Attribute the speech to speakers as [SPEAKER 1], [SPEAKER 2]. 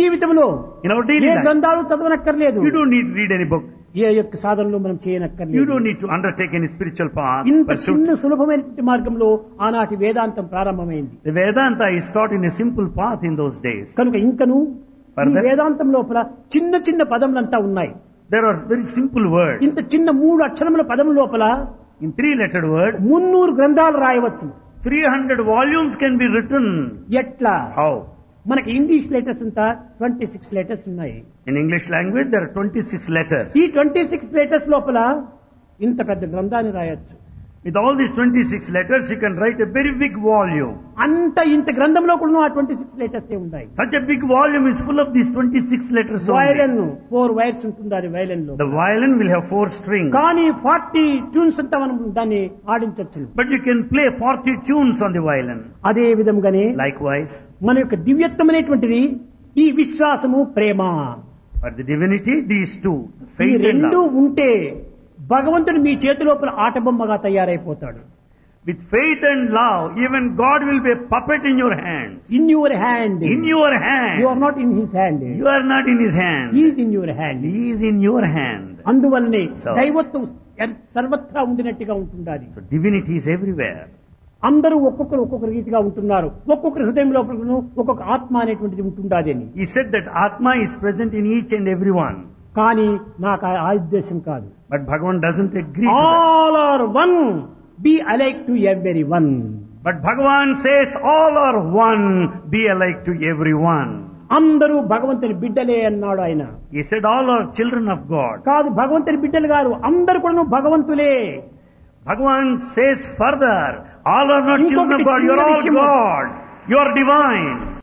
[SPEAKER 1] జీవితంలో
[SPEAKER 2] in our
[SPEAKER 1] ఏ
[SPEAKER 2] daily life.
[SPEAKER 1] గ్రంథాలు చదవనక్కర్లేదు
[SPEAKER 2] You don't need to read any book.
[SPEAKER 1] ఏ యొక్క సాధనలు మనం
[SPEAKER 2] You
[SPEAKER 1] చేయనక్కర్లేదు
[SPEAKER 2] don't need to undertake any spiritual path.
[SPEAKER 1] ఇంత
[SPEAKER 2] pursuit.
[SPEAKER 1] చిన్న సులభమైన మార్గంలో ఆనాటి వేదాంతం ప్రారంభమైంది
[SPEAKER 2] The Vedanta is taught in a simple path in those days.
[SPEAKER 1] కనుక ఇంకను ఈ
[SPEAKER 2] Further?
[SPEAKER 1] వేదాంతం లోపల చిన్న చిన్న పదములంతా ఉన్నాయి
[SPEAKER 2] There are very simple words.
[SPEAKER 1] ఇంత చిన్న మూడు అక్షరముల పదం లోపల
[SPEAKER 2] In three lettered words,
[SPEAKER 1] మున్నూరు గ్రంథాలు రాయవచ్చు
[SPEAKER 2] 300 volumes can be written.
[SPEAKER 1] ఎట్లా
[SPEAKER 2] How?
[SPEAKER 1] మనకి ఇంగ్లీష్ లెటర్స్ అంతా ట్వంటీ సిక్స్ లెటర్స్ ఉన్నాయి
[SPEAKER 2] In English language, there are 26 letters.
[SPEAKER 1] ఈ ట్వంటీ సిక్స్ లెటర్స్ లోపల ఇంత పెద్ద గ్రంథాన్ని రాయొచ్చు
[SPEAKER 2] With all these 26 letters, you can write a very big volume.
[SPEAKER 1] అంత ఇంత గ్రంథంలో కూడా ఆ ట్వంటీ సిక్స్ లెటర్స్ ఉన్నాయి
[SPEAKER 2] Such a big volume is full of these 26 letters only.
[SPEAKER 1] Violin four wires ఉంటుంది అది వైలెన్ లో
[SPEAKER 2] The violin will have four strings.
[SPEAKER 1] కానీ ఫార్టీ ట్యూన్స్ అంతా మనం దాన్ని ఆడించవచ్చు
[SPEAKER 2] But you can play 40 tunes on the violin.
[SPEAKER 1] అదే విధంగానే
[SPEAKER 2] Likewise,
[SPEAKER 1] మన యొక్క దివ్యత్వం అనేటువంటిది ఈ విశ్వాసము ప్రేమ
[SPEAKER 2] for the divinity, these two, the
[SPEAKER 1] ఈ
[SPEAKER 2] faith and
[SPEAKER 1] రెండు
[SPEAKER 2] love.
[SPEAKER 1] ఉంటే భగవంతుడు మీ చేతి లోపల ఆటబొమ్మగా తయారైపోతాడు
[SPEAKER 2] With faith and love, even God will be a puppet in your hand.
[SPEAKER 1] In your hand
[SPEAKER 2] In
[SPEAKER 1] you
[SPEAKER 2] your
[SPEAKER 1] are
[SPEAKER 2] hand.
[SPEAKER 1] Not in his hand
[SPEAKER 2] You are not in his hand.
[SPEAKER 1] Is in your hand
[SPEAKER 2] He is in your hand.
[SPEAKER 1] అందువల్లనే
[SPEAKER 2] So-
[SPEAKER 1] దైవత్వం ఎర్- సర్వత్రా ఉండినట్టుగా ఉంటుండాలి
[SPEAKER 2] So divinity is everywhere.
[SPEAKER 1] అందరూ ఒక్కొక్కరు ఒక్కొక్క రీతిగా ఉంటున్నారు ఒక్కొక్కరి హృదయం లోపల ఒక్కొక్క ఆత్మ అనేటువంటిది ఉంటుండాలి అని
[SPEAKER 2] He said that Atma is present in each and every one.
[SPEAKER 1] కానీ నాకు ఆ- ఆ ఉద్దేశం కాదు
[SPEAKER 2] But Bhagavan doesn't agree. to that.
[SPEAKER 1] All are one be alike to everyone
[SPEAKER 2] But Bhagavan says all are one, be alike to everyone.
[SPEAKER 1] అందరూ భగవంతుని బిడ్డలే అన్నాడు ఆయన
[SPEAKER 2] He said all are children of God.
[SPEAKER 1] కాదు భగవంతుని బిడ్డలు గారు అందరు కూడా భగవంతులే
[SPEAKER 2] Bhagavan says further, all are not children of God, you are all God, you are divine.